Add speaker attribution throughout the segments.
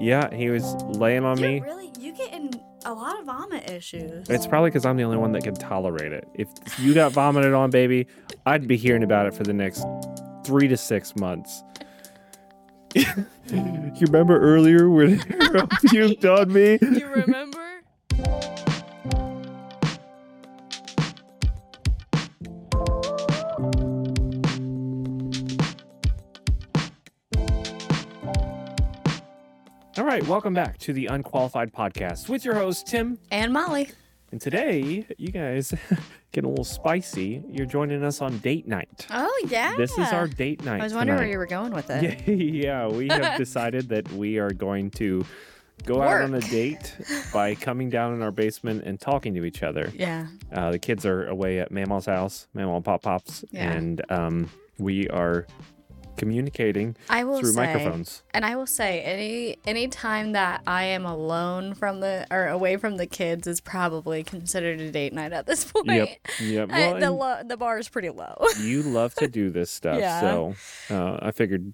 Speaker 1: Yeah, he was laying on
Speaker 2: you
Speaker 1: me.
Speaker 2: really you get in a lot of vomit issues.
Speaker 1: It's probably because I'm the only one that can tolerate it. If you got vomited on, baby, I'd be hearing about it for the next three to six months. you remember earlier when Harold puked on me?
Speaker 3: You remember?
Speaker 1: All right, welcome back to the Unqualified Podcast with your host, Tim.
Speaker 2: And Molly.
Speaker 1: And today, you guys getting a little spicy. You're joining us on date night.
Speaker 2: Oh yeah.
Speaker 1: This is our date night.
Speaker 3: Ah, I was wondering
Speaker 1: tonight.
Speaker 3: where you were going with it.
Speaker 1: Yeah, yeah, we have decided that we are going to go out on a
Speaker 3: Work.
Speaker 1: date by coming down in our basement and talking to each other.
Speaker 3: Yeah.
Speaker 1: Uh, the kids are away at Mammal's house, Mammal and Pop Pop's,
Speaker 3: Yeah.
Speaker 1: and um, we are communicating
Speaker 2: I will
Speaker 1: through
Speaker 2: say,
Speaker 1: microphones.
Speaker 2: and I will say, any any time that I am alone from the or away from the kids is probably considered a date night at this point.
Speaker 1: Yep. Yep.
Speaker 3: Uh,
Speaker 2: I-
Speaker 1: Well,
Speaker 2: the
Speaker 1: and
Speaker 2: lo- the bar is pretty low.
Speaker 1: you love to do this stuff,
Speaker 2: Yeah.
Speaker 1: so uh, I figured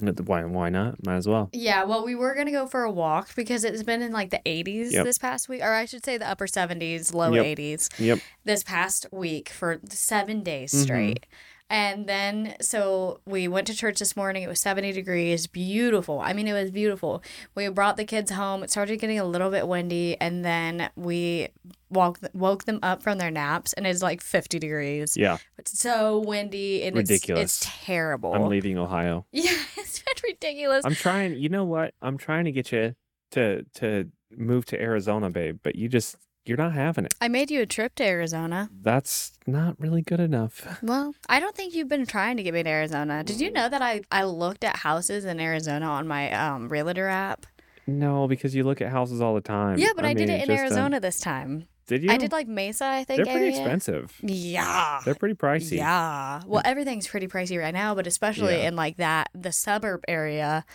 Speaker 1: why why not? Might as well.
Speaker 2: Yeah, well, we were gonna go for a walk because it's been in like the 80s
Speaker 1: Yep.
Speaker 2: this past week, or I should say the upper 70s, low
Speaker 1: Yep.
Speaker 2: 80s
Speaker 1: Yep.
Speaker 2: this past week for seven days
Speaker 1: Mhm.
Speaker 2: straight. And then, so we went to church this morning. It was 70 degrees, beautiful. I mean, it was beautiful. We brought the kids home. It started getting a little bit windy, and then we walk, woke them up from their naps, and it's like 50 degrees.
Speaker 1: Yeah.
Speaker 2: It's so windy and
Speaker 1: Ridiculous.
Speaker 2: It's, it's terrible.
Speaker 1: I'm leaving Ohio.
Speaker 2: yeah, it's been ridiculous.
Speaker 1: I'm trying. You know what? I'm trying to get you to to move to Arizona, babe. But you just you're not having it.
Speaker 2: I made you a trip to Arizona.
Speaker 1: That's not really good enough.
Speaker 2: Well, I don't think you've been trying to get me to Arizona. Did you know that I, I looked at houses in Arizona on my um, realtor app?
Speaker 1: No, because you look at houses all the time.
Speaker 2: yeah, but I, did
Speaker 1: mean,
Speaker 2: it in
Speaker 1: just, um,
Speaker 2: Arizona this time.
Speaker 1: did you?
Speaker 2: I did like Mesa, I think.
Speaker 1: They're pretty
Speaker 2: area.
Speaker 1: expensive.
Speaker 2: Yeah.
Speaker 1: They're pretty pricey.
Speaker 2: Yeah. Well, everything's pretty pricey right now, but especially
Speaker 1: Yeah.
Speaker 2: in like that the suburb area.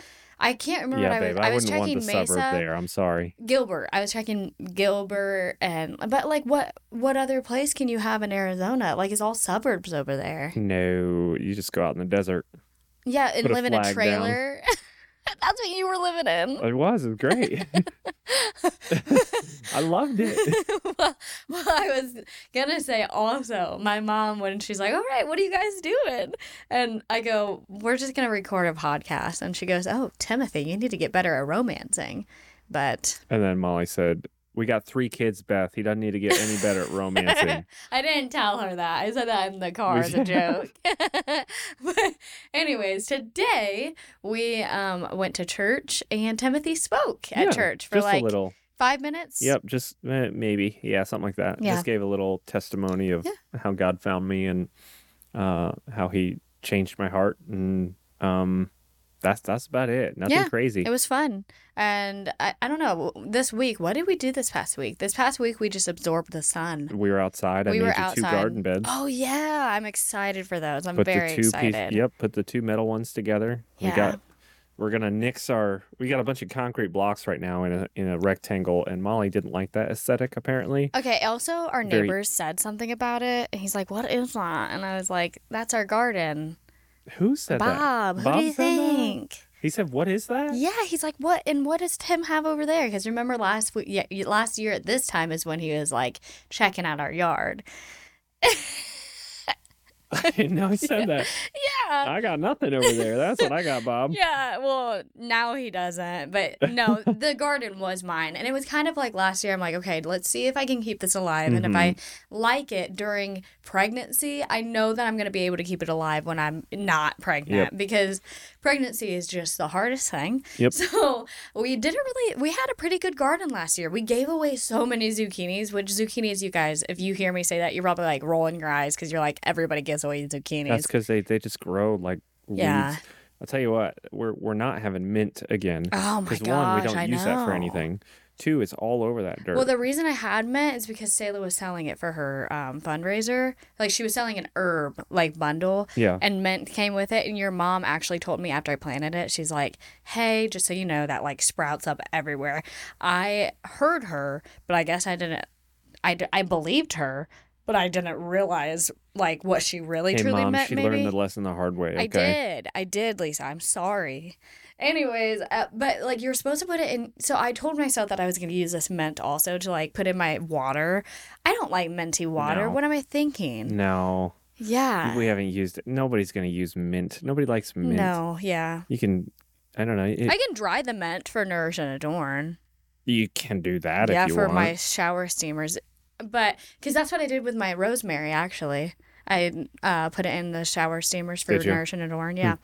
Speaker 2: I can't remember
Speaker 1: Yeah,
Speaker 2: what
Speaker 1: babe.
Speaker 2: I was.
Speaker 1: I,
Speaker 2: I was
Speaker 1: wouldn't want
Speaker 2: checking
Speaker 1: the
Speaker 2: Mesa,
Speaker 1: suburb there. I'm sorry.
Speaker 2: Gilbert. I was checking Gilbert, and but like what what other place can you have in Arizona? Like it's all suburbs over there.
Speaker 1: No, you just go out in the desert.
Speaker 2: Yeah, and
Speaker 1: Put a
Speaker 2: live in a
Speaker 1: flag down.
Speaker 2: trailer. That's what you were living in.
Speaker 1: It was. It was great. I loved it.
Speaker 2: well, well, I was gonna say also, my mom when she's like, "All right, what are you guys doing?" and I go, "We're just gonna record a podcast," and she goes, "Oh, Timothy, you need to get better at romancing." But
Speaker 1: And then Molly said, "We got three kids, Beth. He doesn't need to get any better at romancing."
Speaker 2: I didn't tell her that. I said that in the car as a joke. but anyways, today we um, went to church and Timothy spoke at
Speaker 1: Yeah,
Speaker 2: church for
Speaker 1: just
Speaker 2: like
Speaker 1: a little.
Speaker 2: five minutes.
Speaker 1: Yep, just eh, maybe, yeah, something like that.
Speaker 2: Yeah.
Speaker 1: Just gave a little testimony of how God found me and uh, how He changed my heart, and um, that's that's about it. Nothing
Speaker 2: Yeah,
Speaker 1: crazy.
Speaker 2: It was fun. And I, I don't know, this week, what did we do this past week? This past week, we just absorbed the sun.
Speaker 1: we were outside. I
Speaker 2: we
Speaker 1: made
Speaker 2: were
Speaker 1: you two
Speaker 2: outside.
Speaker 1: garden beds.
Speaker 2: Oh, yeah. I'm excited for those. I'm
Speaker 1: put
Speaker 2: very
Speaker 1: the two
Speaker 2: excited.
Speaker 1: Piece, yep, put the two metal ones together.
Speaker 2: Yeah.
Speaker 1: We got. We're gonna nix our. We got a bunch of concrete blocks right now in a in a rectangle, and Molly didn't like that aesthetic apparently.
Speaker 2: Okay, also, our
Speaker 1: Very-
Speaker 2: neighbors said something about it. And he's like, What is that? And I was like, That's our garden.
Speaker 1: Who said
Speaker 2: Bob,
Speaker 1: that?
Speaker 2: who do you
Speaker 1: said that?
Speaker 2: think?
Speaker 1: He said, "What is that?"
Speaker 2: Yeah, he's like, What? And what does Tim have over there? Because remember last week, yeah, y- last year at this time is when he was like checking out our yard.
Speaker 1: I didn't know he said that.
Speaker 2: Yeah.
Speaker 1: I got nothing over there. That's what I got, Bob.
Speaker 2: Yeah, well, now he doesn't. But no, the garden was mine. And it was kind of like last year. I'm like, okay, let's see if I can keep this alive. And if I
Speaker 1: Mm-hmm.
Speaker 2: like it during pregnancy, I know that I'm going to be able to keep it alive when I'm not pregnant because pregnancy is just the hardest thing.
Speaker 1: Yep.
Speaker 2: So we did a really, we had a pretty good garden last year. We gave away so many zucchinis, which zucchinis, you guys, if you hear me say that, you're probably like rolling your eyes because you're like, everybody gives away zucchinis.
Speaker 1: That's because they, they just grow like
Speaker 2: Yeah.
Speaker 1: weeds. I'll tell you what, we're we're not having mint again.
Speaker 2: Oh my gosh!
Speaker 1: one, we don't
Speaker 2: I
Speaker 1: use that for
Speaker 2: know.
Speaker 1: anything. Two, it's all over that dirt.
Speaker 2: Well, the reason I had mint is because Sayla was selling it for her um, fundraiser. Like she was selling an herb like bundle,
Speaker 1: yeah.
Speaker 2: and mint came with it. And your mom actually told me after I planted it, she's like, "Hey, just so you know, that like sprouts up everywhere." I heard her, but I guess I didn't. I, d- I believed her, but I didn't realize like what she really
Speaker 1: hey,
Speaker 2: truly
Speaker 1: mom,
Speaker 2: meant.
Speaker 1: she
Speaker 2: maybe
Speaker 1: learned the lesson the hard way. Okay.
Speaker 2: I did, I did, Lisa. I'm sorry. Anyways, uh, but like you're supposed to put it in. So I told myself that I was going to use this mint also to like put in my water. I don't like minty water.
Speaker 1: No.
Speaker 2: What am I thinking?
Speaker 1: No,
Speaker 2: Yeah.
Speaker 1: we haven't used it. Nobody's gonna use mint. Nobody likes mint.
Speaker 2: No, yeah.
Speaker 1: You can. I don't know. It,
Speaker 2: I can dry the mint for Nourish and Adorn.
Speaker 1: you can do that
Speaker 2: yeah,
Speaker 1: if you
Speaker 2: for
Speaker 1: want.
Speaker 2: my shower steamers. But because that's what I did with my rosemary, actually. I uh, put it in the shower steamers for
Speaker 1: Did you? Hmm.
Speaker 2: Nourish and Adorn. Yeah.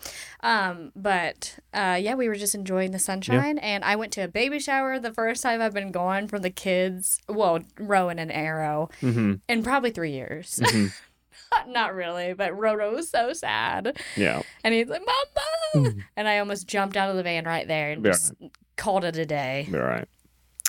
Speaker 2: Um, but uh, yeah, we were just enjoying the sunshine. And I went to a baby shower the first time I've been gone from the kids, well, Rowan and Arrow,
Speaker 1: Mhm,
Speaker 2: in probably three years.
Speaker 1: mhm.
Speaker 2: Not really, but Roro was so sad.
Speaker 1: yeah.
Speaker 2: And he's like, Mama! And I almost jumped out of the van right there and
Speaker 1: Mm. Yeah.
Speaker 2: just called it a day.
Speaker 1: All right.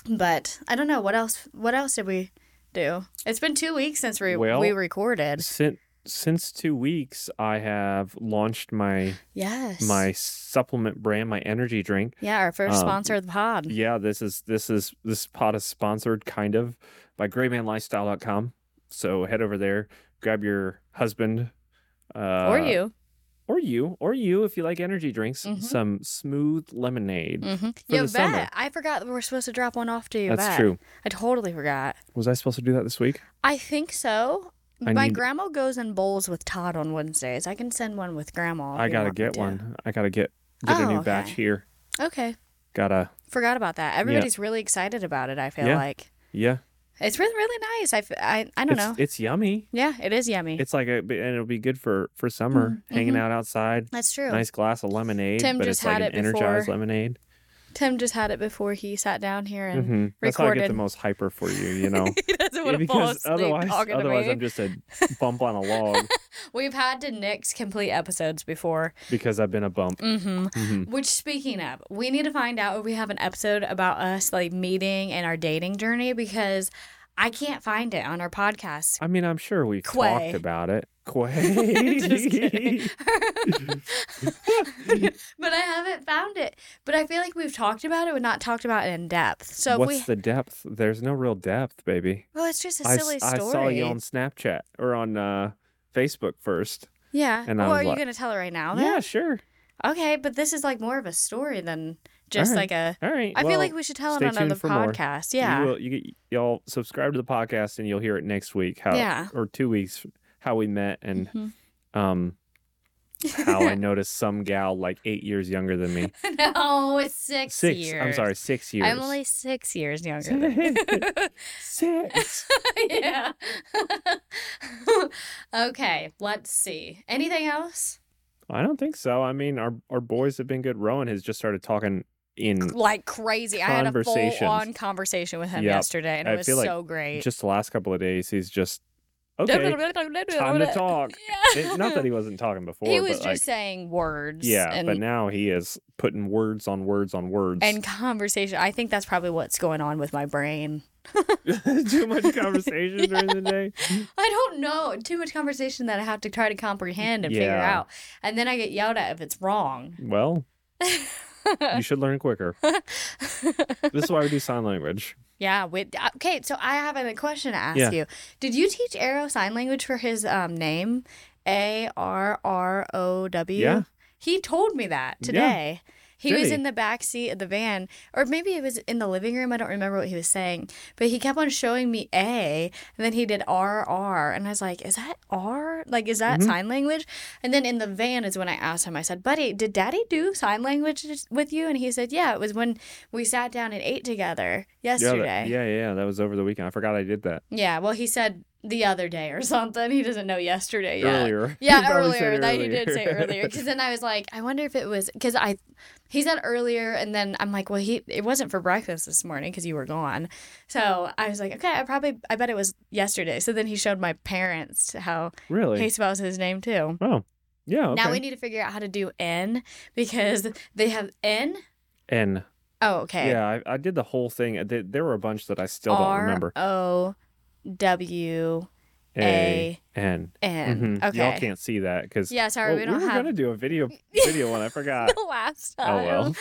Speaker 2: But I don't know what else. What else did we do? It's been two weeks since we
Speaker 1: Well-
Speaker 2: we recorded.
Speaker 1: Since since two weeks, I have launched my
Speaker 2: Yes.
Speaker 1: my supplement brand, my energy drink.
Speaker 2: yeah, our first
Speaker 1: um,
Speaker 2: sponsor of the pod.
Speaker 1: Yeah, this is this is this pod is sponsored kind of by graymanlifestyle.com. So head over there, grab your husband uh,
Speaker 2: or you.
Speaker 1: or you or you if you like energy drinks,
Speaker 2: Mhm.
Speaker 1: some smooth lemonade.
Speaker 2: Mm-hmm. Yo,
Speaker 1: the
Speaker 2: bet.
Speaker 1: summer.
Speaker 2: I forgot that we're supposed to drop one off to you.
Speaker 1: That's
Speaker 2: bet.
Speaker 1: true.
Speaker 2: I totally forgot.
Speaker 1: Was I supposed to do that this week?
Speaker 2: I think so.
Speaker 1: I
Speaker 2: My
Speaker 1: need-
Speaker 2: grandma goes in bowls with Todd on Wednesdays. I can send one with grandma. if
Speaker 1: I
Speaker 2: you
Speaker 1: gotta
Speaker 2: want me
Speaker 1: get
Speaker 2: to.
Speaker 1: one. I gotta get get a
Speaker 2: Oh,
Speaker 1: new
Speaker 2: okay.
Speaker 1: batch here.
Speaker 2: Okay.
Speaker 1: Gotta
Speaker 2: Forgot about that. Everybody's really excited about it. I feel
Speaker 1: Yeah.
Speaker 2: like
Speaker 1: yeah.
Speaker 2: it's really really nice. I, f- I, I don't
Speaker 1: it's,
Speaker 2: know.
Speaker 1: It's yummy.
Speaker 2: yeah, it is yummy.
Speaker 1: It's like a and it'll be good for for summer, hanging out outside.
Speaker 2: That's Mm-hmm. true.
Speaker 1: Nice glass of lemonade,
Speaker 2: Tim
Speaker 1: but
Speaker 2: just
Speaker 1: it's like
Speaker 2: had
Speaker 1: an
Speaker 2: it before.
Speaker 1: energized lemonade.
Speaker 2: Tim just had it before he sat down here and
Speaker 1: hmm That's how I get the
Speaker 2: recorded.
Speaker 1: most hyper for you, you know.
Speaker 2: he doesn't
Speaker 1: Yeah,
Speaker 2: want to fall
Speaker 1: because
Speaker 2: asleep
Speaker 1: otherwise,
Speaker 2: talking
Speaker 1: otherwise
Speaker 2: to me.
Speaker 1: I'm just a bump on a log
Speaker 2: We've had to nix complete episodes before.
Speaker 1: because I've been a bump.
Speaker 2: hmm
Speaker 1: Mhm.
Speaker 2: Which, speaking of, we need to find out if we have an episode about us like meeting and our dating journey because I can't find it on our podcast.
Speaker 1: I mean, I'm sure we've
Speaker 2: Quay.
Speaker 1: talked about it.
Speaker 2: Just kidding.
Speaker 1: Quay.
Speaker 2: but I haven't found it. But I feel like we've talked about it, but not talked about it in depth. So
Speaker 1: What's
Speaker 2: if we,
Speaker 1: the depth? There's no real depth, baby.
Speaker 2: well, it's just a
Speaker 1: I s-
Speaker 2: silly
Speaker 1: I,
Speaker 2: story.
Speaker 1: saw you on Snapchat or on uh, Facebook first.
Speaker 2: yeah.
Speaker 1: and I
Speaker 2: well,
Speaker 1: was
Speaker 2: are you
Speaker 1: like-
Speaker 2: gonna tell it right now?
Speaker 1: Yeah,
Speaker 2: Then?
Speaker 1: sure.
Speaker 2: Okay, but this is like more of a story than just
Speaker 1: Alright.
Speaker 2: like a.
Speaker 1: All right.
Speaker 2: I feel
Speaker 1: well,
Speaker 2: like we should tell it
Speaker 1: stay
Speaker 2: on another
Speaker 1: tuned for more.
Speaker 2: podcast. Yeah.
Speaker 1: You will, you, y'all subscribe to the podcast and you'll hear it next week. How,
Speaker 2: Yeah.
Speaker 1: Or two weeks, how we met and
Speaker 2: Mhm.
Speaker 1: um, how I noticed some gal like eight years younger than me.
Speaker 2: no, it's six,
Speaker 1: Six.
Speaker 2: years.
Speaker 1: I'm sorry, six years.
Speaker 2: I'm only six years younger. Than
Speaker 1: six.
Speaker 2: yeah. okay, let's see. Anything else?
Speaker 1: I don't think so. I mean, our our boys have been good. Rowan has just started talking in
Speaker 2: Like crazy. I had a full
Speaker 1: Conversations.
Speaker 2: on conversation with him
Speaker 1: Yep.
Speaker 2: yesterday, and it
Speaker 1: I
Speaker 2: was
Speaker 1: feel like
Speaker 2: so great.
Speaker 1: just the last couple of days. He's just okay. time to talk.
Speaker 2: Yeah.
Speaker 1: It- not that he wasn't talking before.
Speaker 2: He was
Speaker 1: but
Speaker 2: just
Speaker 1: like,
Speaker 2: saying words.
Speaker 1: yeah,
Speaker 2: and
Speaker 1: but now he is putting words on words on words.
Speaker 2: and conversation. I think that's probably what's going on with my brain.
Speaker 1: too much conversation during the day.
Speaker 2: I don't know. Too much conversation that I have to try to comprehend and figure
Speaker 1: Yeah.
Speaker 2: out. And then I get yelled at if it's wrong.
Speaker 1: Well, you should learn quicker. this is why we do sign language.
Speaker 2: Yeah. With, uh, okay. So I have a question to ask
Speaker 1: Yeah.
Speaker 2: you. Did you teach Arrow sign language for his um, name? A R R O W?
Speaker 1: Yeah.
Speaker 2: He told me that
Speaker 1: Yeah.
Speaker 2: today. He
Speaker 1: Did
Speaker 2: was
Speaker 1: he?
Speaker 2: in the back seat of the van, or maybe it was in the living room. I don't remember what he was saying, but he kept on showing me A, and then he did R R, and I was like, "Is that R? Like, is
Speaker 1: Mm-hmm.
Speaker 2: that sign language?" And then in the van is when I asked him. I said, "Buddy, did Daddy do sign language with you?" And he said, "Yeah, it was when we sat down and ate together
Speaker 1: Yeah,
Speaker 2: yesterday."
Speaker 1: that, yeah, yeah. That was over the weekend. I forgot I did that
Speaker 2: Yeah, well, he said the other day or something. He doesn't know yesterday yet.
Speaker 1: earlier. He
Speaker 2: Yeah,
Speaker 1: probably
Speaker 2: earlier.
Speaker 1: said
Speaker 2: That he did say
Speaker 1: earlier.
Speaker 2: earlier. Because then I was like, I wonder if it was because I, he said earlier, and then I'm like, well, he it wasn't for breakfast this morning because you were gone. So I was like, okay, I probably I bet it was yesterday. So then he showed my parents how
Speaker 1: Really?
Speaker 2: he spells his name too.
Speaker 1: oh, yeah. Okay.
Speaker 2: Now we need to figure out how to do N because they have N.
Speaker 1: and
Speaker 2: Oh, okay.
Speaker 1: yeah, I, I did the whole thing. There, there were a bunch that I still don't
Speaker 2: R
Speaker 1: remember.
Speaker 2: O W
Speaker 1: A N.
Speaker 2: N.
Speaker 1: Mhm. Y'all
Speaker 2: Okay.
Speaker 1: can't see that because
Speaker 2: Yeah, sorry, we don't
Speaker 1: were
Speaker 2: have
Speaker 1: gonna do a video video one. I forgot.
Speaker 2: the last
Speaker 1: oh
Speaker 2: time.
Speaker 1: well,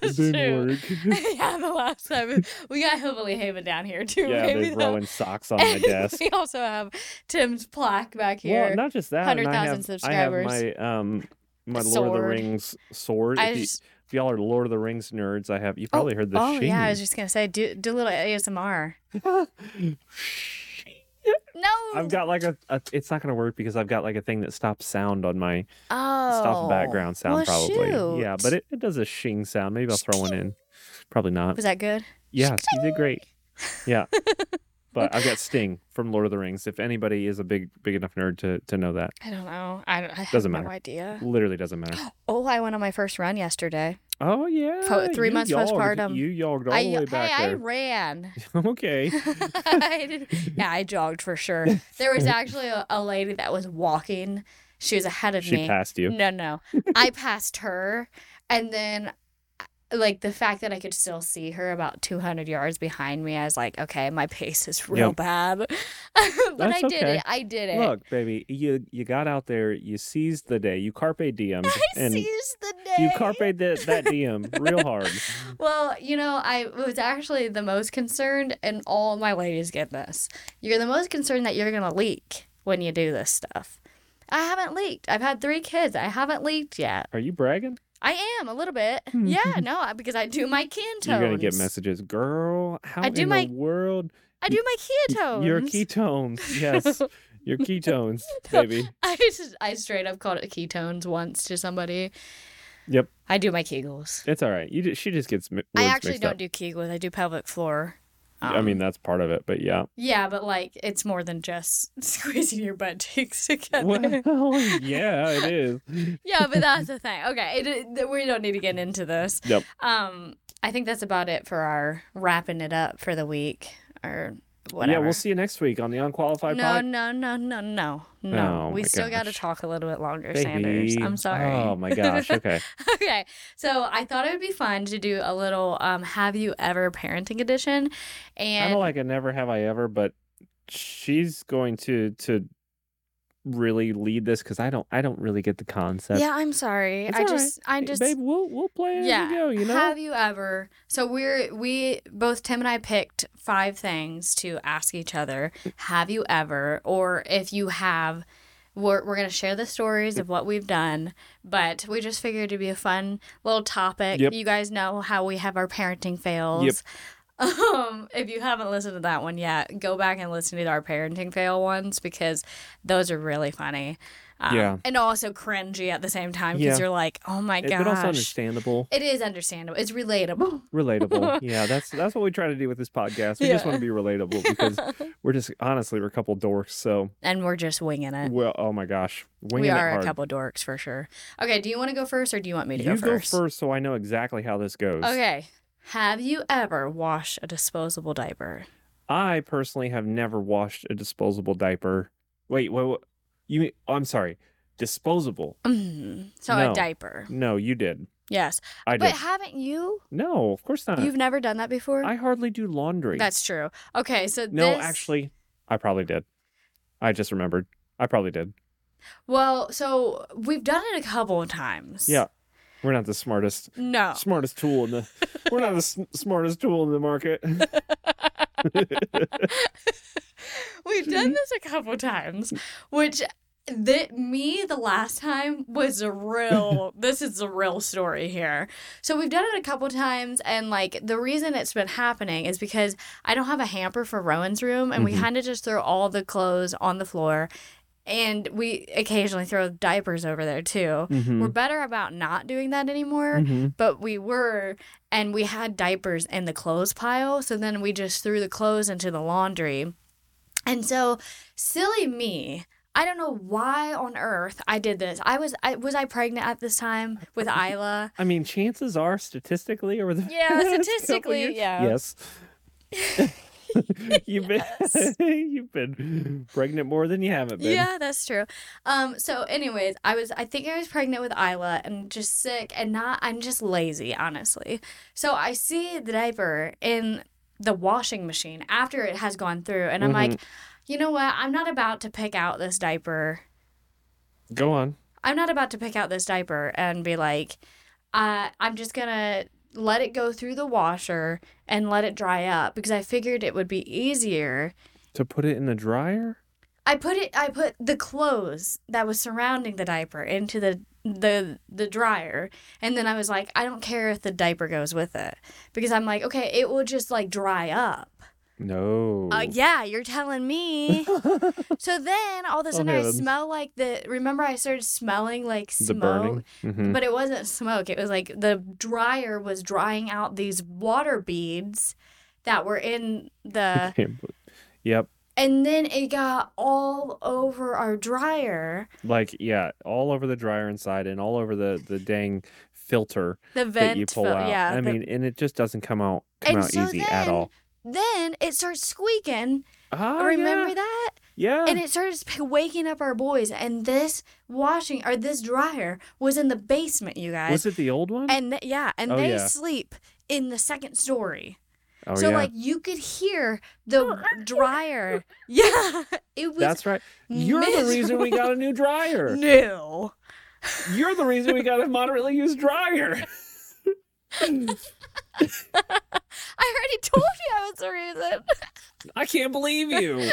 Speaker 1: it
Speaker 2: Shoot.
Speaker 1: didn't work.
Speaker 2: yeah, the last time we got Hillbilly Haven down here too.
Speaker 1: yeah,
Speaker 2: baby,
Speaker 1: there's
Speaker 2: though.
Speaker 1: Rowan socks on my
Speaker 2: And
Speaker 1: desk.
Speaker 2: We also have Tim's plaque back here.
Speaker 1: Well, not just that. and I
Speaker 2: 100,000
Speaker 1: have- I have
Speaker 2: subscribers.
Speaker 1: my um my Lord of the
Speaker 2: Sword.
Speaker 1: Rings sword.
Speaker 2: I
Speaker 1: If you-
Speaker 2: just-
Speaker 1: If y'all are Lord of the Rings nerds, I have you probably heard the
Speaker 2: oh
Speaker 1: sheen.
Speaker 2: yeah, I was just gonna say do do a little ASMR. No,
Speaker 1: I've got like a, a it's not gonna work because I've got like a thing that stops sound on my
Speaker 2: oh
Speaker 1: stops background sound
Speaker 2: well,
Speaker 1: probably. Yeah,
Speaker 2: shoot.
Speaker 1: but it, it does a shing sound. Maybe I'll throw one in. Probably not.
Speaker 2: was that good?
Speaker 1: Yes, you did great. Yeah. But I've got Sting from Lord of the Rings. If anybody is a big big enough nerd to, to know that.
Speaker 2: I don't know. I, don't, I have
Speaker 1: Doesn't
Speaker 2: no
Speaker 1: matter.
Speaker 2: idea.
Speaker 1: Literally doesn't matter.
Speaker 2: Oh, I went on my first run yesterday.
Speaker 1: Oh yeah.
Speaker 2: Po- three
Speaker 1: you
Speaker 2: months
Speaker 1: yogged-
Speaker 2: postpartum.
Speaker 1: You yogged all
Speaker 2: I,
Speaker 1: the way back
Speaker 2: hey, I
Speaker 1: there.
Speaker 2: ran.
Speaker 1: okay.
Speaker 2: I did- yeah, I jogged for sure. There was actually a, a lady that was walking. She was ahead of
Speaker 1: She
Speaker 2: me.
Speaker 1: passed you.
Speaker 2: No, no. I passed her. And then, uh, like, the fact that I could still see her about 200 yards behind me, I was like, okay, my pace is real
Speaker 1: Yeah.
Speaker 2: bad. but
Speaker 1: That's
Speaker 2: I did
Speaker 1: okay.
Speaker 2: it. I did it.
Speaker 1: Look, baby, you you got out there, you seized the day, you carpe diem,
Speaker 2: I
Speaker 1: and
Speaker 2: seized the day.
Speaker 1: you carpe the, that diem real hard.
Speaker 2: Well, you know, I was actually the most concerned, and all my ladies get this. You're the most concerned that you're going to leak when you do this stuff. I haven't leaked. I've had three kids. I haven't leaked yet.
Speaker 1: Are you bragging?
Speaker 2: I am a little bit. yeah, no, I- because I do my ketones.
Speaker 1: You're gonna Hmm. get messages, girl. How
Speaker 2: I do
Speaker 1: in
Speaker 2: my
Speaker 1: the world?
Speaker 2: I do my ketones.
Speaker 1: Your ketones, yes, your ketones, baby.
Speaker 2: I just, I straight up called it ketones once to somebody.
Speaker 1: Yep,
Speaker 2: I do my kegels.
Speaker 1: it's all right. You just, she just gets mi- words
Speaker 2: I actually
Speaker 1: mixed
Speaker 2: don't
Speaker 1: up.
Speaker 2: do kegels. I do pelvic floor. Um,
Speaker 1: I mean, that's part of it, but yeah.
Speaker 2: Yeah, but like it's more than just squeezing your butt cheeks together.
Speaker 1: Well, yeah, it is.
Speaker 2: yeah, but that's the thing. Okay, it, it- we don't need to get into this.
Speaker 1: Yep.
Speaker 2: Um, I think that's about it for our wrapping it up for the week or
Speaker 1: Yeah,
Speaker 2: whatever.
Speaker 1: we'll see you next week on the unqualified
Speaker 2: No,
Speaker 1: pod.
Speaker 2: no, no, no, no, no.
Speaker 1: Oh,
Speaker 2: we
Speaker 1: my
Speaker 2: still got to
Speaker 1: gosh.
Speaker 2: talk a little bit longer, Sanders.
Speaker 1: Baby.
Speaker 2: I'm sorry.
Speaker 1: Oh my gosh. Okay.
Speaker 2: okay, so I thought it would be fun to do a little um, "Have You Ever" parenting edition,
Speaker 1: kind
Speaker 2: and
Speaker 1: of like a never have I ever, but she's going to to really lead this because I don't I don't really get the concept.
Speaker 2: yeah, I'm sorry.
Speaker 1: It's
Speaker 2: I
Speaker 1: all right.
Speaker 2: just, I
Speaker 1: Hey,
Speaker 2: just,
Speaker 1: babe, we'll we'll play as
Speaker 2: yeah.
Speaker 1: we go. You know,
Speaker 2: Have you ever? So we're we both Tim and I picked five things to ask each other. Have you ever? Or if you have, we're we're gonna share the stories of what we've done. But we just figured it'd be a fun little topic.
Speaker 1: Yep.
Speaker 2: You guys know how we have our parenting fails. Um, if you haven't listened to that one yet, go back and listen to our parenting fail ones because those are really funny. Um,
Speaker 1: Yeah.
Speaker 2: And also cringy at the same time because
Speaker 1: Yeah.
Speaker 2: you're like, oh my
Speaker 1: It-
Speaker 2: gosh.
Speaker 1: but also understandable,
Speaker 2: It is understandable. It's relatable.
Speaker 1: relatable. yeah, that's that's what we try to do with this podcast. We just
Speaker 2: Yeah.
Speaker 1: want to be relatable because we're just honestly we're a couple dorks. So
Speaker 2: And we're just winging it.
Speaker 1: well, oh my gosh, winging
Speaker 2: we
Speaker 1: it
Speaker 2: are
Speaker 1: hard.
Speaker 2: a couple dorks for sure. Okay, do you want to go first or do you want me to
Speaker 1: you
Speaker 2: go first?
Speaker 1: go first, so I know exactly how this goes.
Speaker 2: Okay. Have you ever washed a disposable diaper?
Speaker 1: I personally have never washed a disposable diaper. Wait, wait, wait you? mean- Oh, I'm sorry, disposable.
Speaker 2: Mm, so
Speaker 1: No.
Speaker 2: a diaper.
Speaker 1: No, you did.
Speaker 2: Yes.
Speaker 1: I
Speaker 2: but
Speaker 1: did.
Speaker 2: haven't you?
Speaker 1: No, of course not.
Speaker 2: You've never done that before?
Speaker 1: I hardly do laundry.
Speaker 2: That's true. Okay, so
Speaker 1: no,
Speaker 2: this-
Speaker 1: actually, I probably did. I just remembered. I probably did.
Speaker 2: Well, so we've done it a couple of times.
Speaker 1: Yeah, we're not the smartest,
Speaker 2: No.
Speaker 1: smartest tool in the. we're not the s- smartest tool in the market.
Speaker 2: We've done this a couple times, which that me the last time was a real this is a real story here. So we've done it a couple times and like the reason it's been happening is because I don't have a hamper for Rowan's room and we
Speaker 1: Mhm.
Speaker 2: kind of just throw all the clothes on the floor and we occasionally throw diapers over there too.
Speaker 1: Mhm,
Speaker 2: We're better about not doing that anymore
Speaker 1: mhm.
Speaker 2: but we were and we had diapers in the clothes pile so then we just threw the clothes into the laundry and so silly me i don't know why on earth i did this i was i was i pregnant at this time with isla
Speaker 1: I mean, chances are, statistically, over the
Speaker 2: Yeah,
Speaker 1: past couple
Speaker 2: statistically,
Speaker 1: years-
Speaker 2: yeah.
Speaker 1: yes. you've been you've been pregnant more than you haven't been.
Speaker 2: Yeah, that's true. Um, so anyways, I was I think I was pregnant with Isla and just sick and not I'm just lazy, honestly. So I see the diaper in the washing machine after it has gone through and I'm like, you know what, I'm not about to pick out this diaper.
Speaker 1: Go on.
Speaker 2: I'm not about to pick out this diaper and be like, uh, I'm just gonna let it go through the washer and let it dry up because I figured it would be easier
Speaker 1: To put it in the dryer.
Speaker 2: I put it. I put the clothes that was surrounding the diaper into the the the dryer and then i was like i don't care if the diaper goes with it because i'm like okay it will just like dry up
Speaker 1: No.
Speaker 2: uh, yeah you're telling me so then
Speaker 1: Oh,
Speaker 2: all of a sudden i
Speaker 1: heavens.
Speaker 2: smell like the remember i started smelling like
Speaker 1: the
Speaker 2: smoke
Speaker 1: burning. Mhm.
Speaker 2: but it wasn't smoke it was like the dryer was drying out these water beads that were in the
Speaker 1: Can't bel- yep.
Speaker 2: and then it got all over our dryer
Speaker 1: Like yeah, all over the dryer inside and all over the the dang filter
Speaker 2: the vent
Speaker 1: that you pull
Speaker 2: fil-
Speaker 1: out.
Speaker 2: yeah
Speaker 1: I
Speaker 2: the-
Speaker 1: mean, and it just doesn't come out come
Speaker 2: And
Speaker 1: out
Speaker 2: so
Speaker 1: easy at
Speaker 2: then-
Speaker 1: all.
Speaker 2: then it starts squeaking
Speaker 1: Ah,
Speaker 2: remember
Speaker 1: yeah.
Speaker 2: that?
Speaker 1: Yeah.
Speaker 2: And it started sp- waking up our boys. And this washing or this dryer was in the basement, you guys.
Speaker 1: Was it the old one?
Speaker 2: And th- yeah, and
Speaker 1: Oh,
Speaker 2: they
Speaker 1: yeah.
Speaker 2: sleep in the second story.
Speaker 1: oh
Speaker 2: so
Speaker 1: yeah. Oh,
Speaker 2: like you could hear the dryer. Yeah, it was
Speaker 1: That's right. You're the reason we got a new dryer.
Speaker 2: new.
Speaker 1: You're the reason we got a moderately used dryer.
Speaker 2: I already told you I was the reason.
Speaker 1: I can't believe you.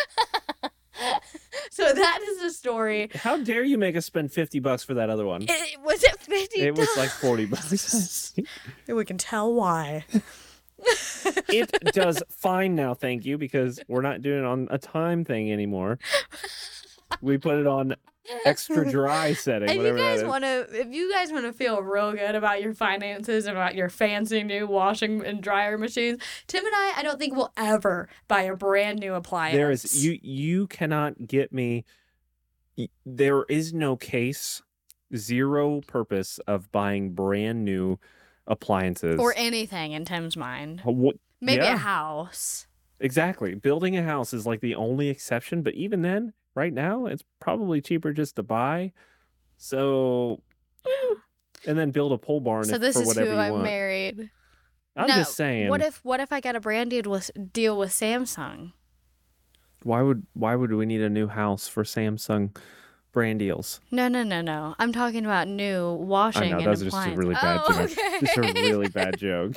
Speaker 2: So that is the story.
Speaker 1: How dare you make us spend 50 bucks for that other one?
Speaker 2: It, was it fifty?
Speaker 1: It was like 40 bucks.
Speaker 2: we can tell why.
Speaker 1: it does fine now, thank you, because we're not doing it on a time thing anymore. We put it on extra dry setting,
Speaker 2: If you
Speaker 1: whatever that
Speaker 2: guys
Speaker 1: is.
Speaker 2: want to, if you guys want to feel real good about your finances and about your fancy new washing and dryer machines, Tim and I, I don't think will ever buy a brand new appliance.
Speaker 1: there is you you cannot get me y- there is no case, zero purpose of buying brand new appliances.
Speaker 2: or anything in Tim's mind.
Speaker 1: What-
Speaker 2: Maybe
Speaker 1: Yeah.
Speaker 2: a house.
Speaker 1: Exactly. Building a house is like the only exception, but even then, right now, it's probably cheaper just to buy. So, and then build a pole barn
Speaker 2: So
Speaker 1: if-
Speaker 2: this
Speaker 1: for
Speaker 2: is
Speaker 1: whatever
Speaker 2: who
Speaker 1: you
Speaker 2: I'm
Speaker 1: want.
Speaker 2: married.
Speaker 1: I'm
Speaker 2: No,
Speaker 1: just saying.
Speaker 2: What if what if I got a brand deal with deal with Samsung?
Speaker 1: why would why would we need a new house for Samsung brand deals?
Speaker 2: No, no, no, no. I'm talking about new washing
Speaker 1: I know
Speaker 2: and
Speaker 1: those are just a
Speaker 2: appliance.
Speaker 1: really bad
Speaker 2: oh,
Speaker 1: joke. Just a
Speaker 2: okay.
Speaker 1: really bad joke.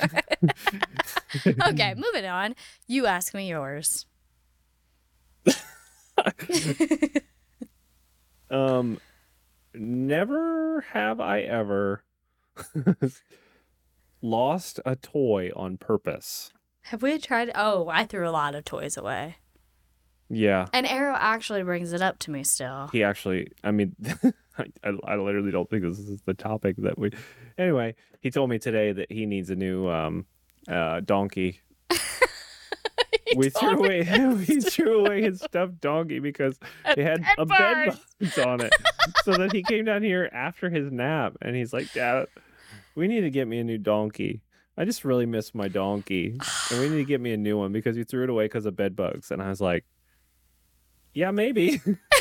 Speaker 2: okay, moving on. You ask me yours.
Speaker 1: Um, never have I ever lost a toy on purpose.
Speaker 2: Have we tried? Oh, I threw a lot of toys away.
Speaker 1: Yeah.
Speaker 2: And Arrow actually brings it up to me still.
Speaker 1: he actually i mean I, I- I literally don't think this is the topic that we anyway he told me today that he needs a new um uh donkey we threw away we threw away his stuffed donkey because it had
Speaker 2: bed
Speaker 1: a bed bugs on it so then he came down here after his nap and he's like dad we need to get me a new donkey i just really miss my donkey and we need to get me a new one because you threw it away because of bed bugs and i was like yeah maybe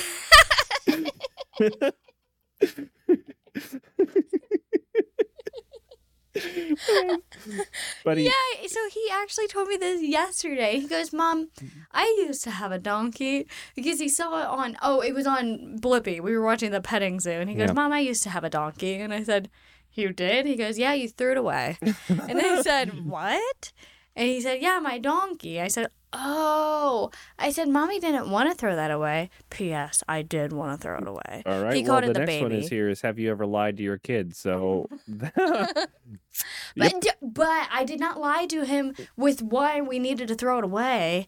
Speaker 1: but he,
Speaker 2: Yeah, so he actually told me this yesterday. He goes, Mom, I used to have a donkey because he saw it on, oh, it was on Blippi. We were watching the petting zoo, and he goes,
Speaker 1: Yeah.
Speaker 2: Mom, I used to have a donkey. And I said, You did? He goes, Yeah, you threw it away. and I said, What? And he said, Yeah, my donkey. I said, Oh, I said, Mommy didn't want to throw that away. P.S. I did want to throw it away.
Speaker 1: All right.
Speaker 2: He
Speaker 1: well,
Speaker 2: called
Speaker 1: the,
Speaker 2: it the
Speaker 1: next one
Speaker 2: baby.
Speaker 1: is here is have you ever lied to your kids? So
Speaker 2: But d- but I did not lie to him with why we needed to throw it away.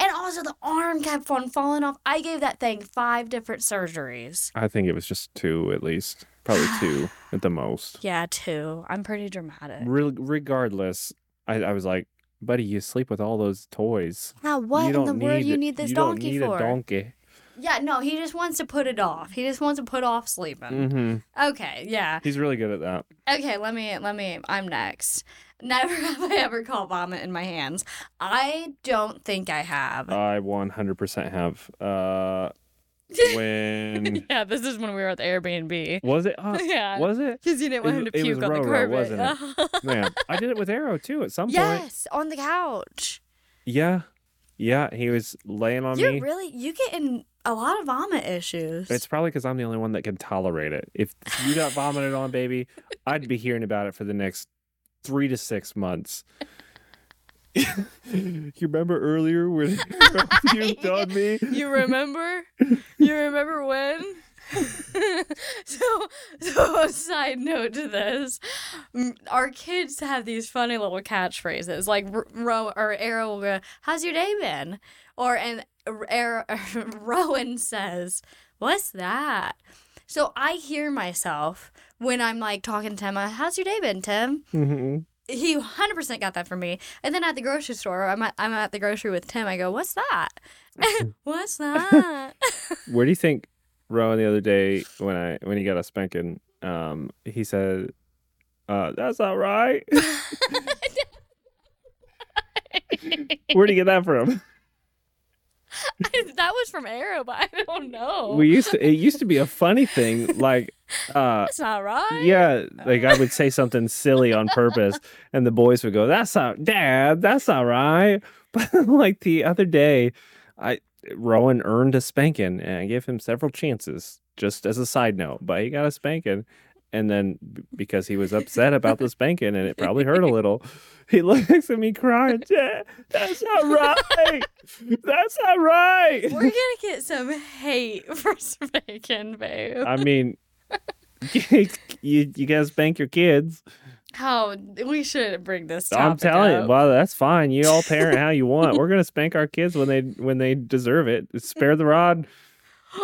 Speaker 2: And also the arm kept on falling off. I gave that thing five different surgeries.
Speaker 1: I think it was just two at least, probably two at the most.
Speaker 2: Yeah, two. I'm pretty dramatic.
Speaker 1: Re- regardless, I, I was like, buddy, you sleep with all those toys.
Speaker 2: Now what
Speaker 1: you
Speaker 2: in
Speaker 1: don't
Speaker 2: the world
Speaker 1: need
Speaker 2: you
Speaker 1: it-
Speaker 2: need this
Speaker 1: you don't
Speaker 2: donkey
Speaker 1: need
Speaker 2: for?
Speaker 1: A donkey.
Speaker 2: yeah, no, he just wants to put it off. He just wants to put off sleeping.
Speaker 1: hmm
Speaker 2: Okay, yeah.
Speaker 1: He's really good at that.
Speaker 2: Okay, let me let me I'm next. Never have I ever caught vomit in my hands. I don't think I have.
Speaker 1: I 100% have. Uh, when
Speaker 2: yeah, this is when we were at the Airbnb.
Speaker 1: was it? Uh,
Speaker 2: Yeah.
Speaker 1: Was it?
Speaker 2: Because you didn't want
Speaker 1: It-
Speaker 2: him
Speaker 1: it
Speaker 2: to
Speaker 1: was
Speaker 2: puke on the
Speaker 1: Roro,
Speaker 2: carpet.
Speaker 1: wasn't Man, I did it with Arrow too at some point.
Speaker 2: yes, on the couch.
Speaker 1: Yeah. Yeah. He was laying on
Speaker 2: You're
Speaker 1: me.
Speaker 2: really you get in a lot of vomit issues.
Speaker 1: It's probably because I'm the only one that can tolerate it. If you got vomited on, baby, I'd be hearing about it for the next three to six months. you remember earlier when you on me?
Speaker 3: You remember? you remember when?
Speaker 2: so, so side note to this, m- our kids have these funny little catchphrases like R- Ro or Arrow will go, "How's your day been?" Or and R- Arrow, Rowan says, "What's that?" So I hear myself when I'm like talking to him. uh, How's your day been, Tim?
Speaker 1: hmm
Speaker 2: he 100% got that from me. And then at the grocery store, I'm at, I'm at the grocery with Tim. I go, "What's that?
Speaker 1: Mm-hmm.
Speaker 2: What's that?"
Speaker 1: Where do you think Rowan the other day when I when he got a spanking, um, he said, uh, "That's not right." Where'd he get that from?
Speaker 2: that was from Arrow, but I don't know.
Speaker 1: We used to. It used to be a funny thing, like, uh,
Speaker 2: That's not right.
Speaker 1: yeah, like I would say something silly on purpose, and the boys would go, "That's not, Dad. That's not right." But like the other day, I Rowan earned a spanking, and I gave him several chances, just as a side note. But he got a spanking, and then b- because he was upset about the spanking, and it probably hurt a little, he looks at me crying, "Dad, that's not right. That's not right."
Speaker 2: We're gonna get some hate for Spankin, babe.
Speaker 1: I mean, you you guys spank your kids.
Speaker 2: How we should bring this.
Speaker 1: I'm
Speaker 2: topic
Speaker 1: telling you,
Speaker 2: up.
Speaker 1: well, that's fine. You all parent how you want. We're gonna spank our kids when they when they deserve it. Spare the rod,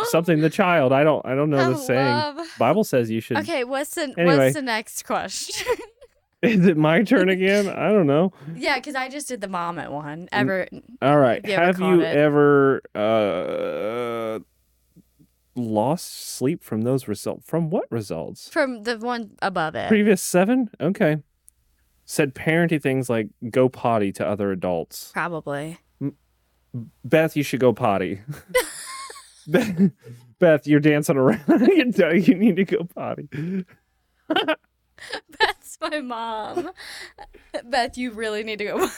Speaker 1: something the child. I don't I don't know
Speaker 2: I
Speaker 1: the saying.
Speaker 2: love-
Speaker 1: Bible says you should.
Speaker 2: Okay, what's the
Speaker 1: Anyway.
Speaker 2: what's the next question?
Speaker 1: Is it my turn again? I don't know.
Speaker 2: yeah, because I just did the mom at one. Ever
Speaker 1: All right.
Speaker 2: you ever
Speaker 1: Have
Speaker 2: caught
Speaker 1: you
Speaker 2: it?
Speaker 1: ever uh lost sleep from those results? From what results?
Speaker 2: from the one above it.
Speaker 1: Previous seven. Okay. Said parenting things like go potty to other adults.
Speaker 2: Probably.
Speaker 1: Beth, you should go potty. Beth, Beth, you're dancing around. you, know you need to go potty.
Speaker 2: Beth's my mom. Beth, you really need to go.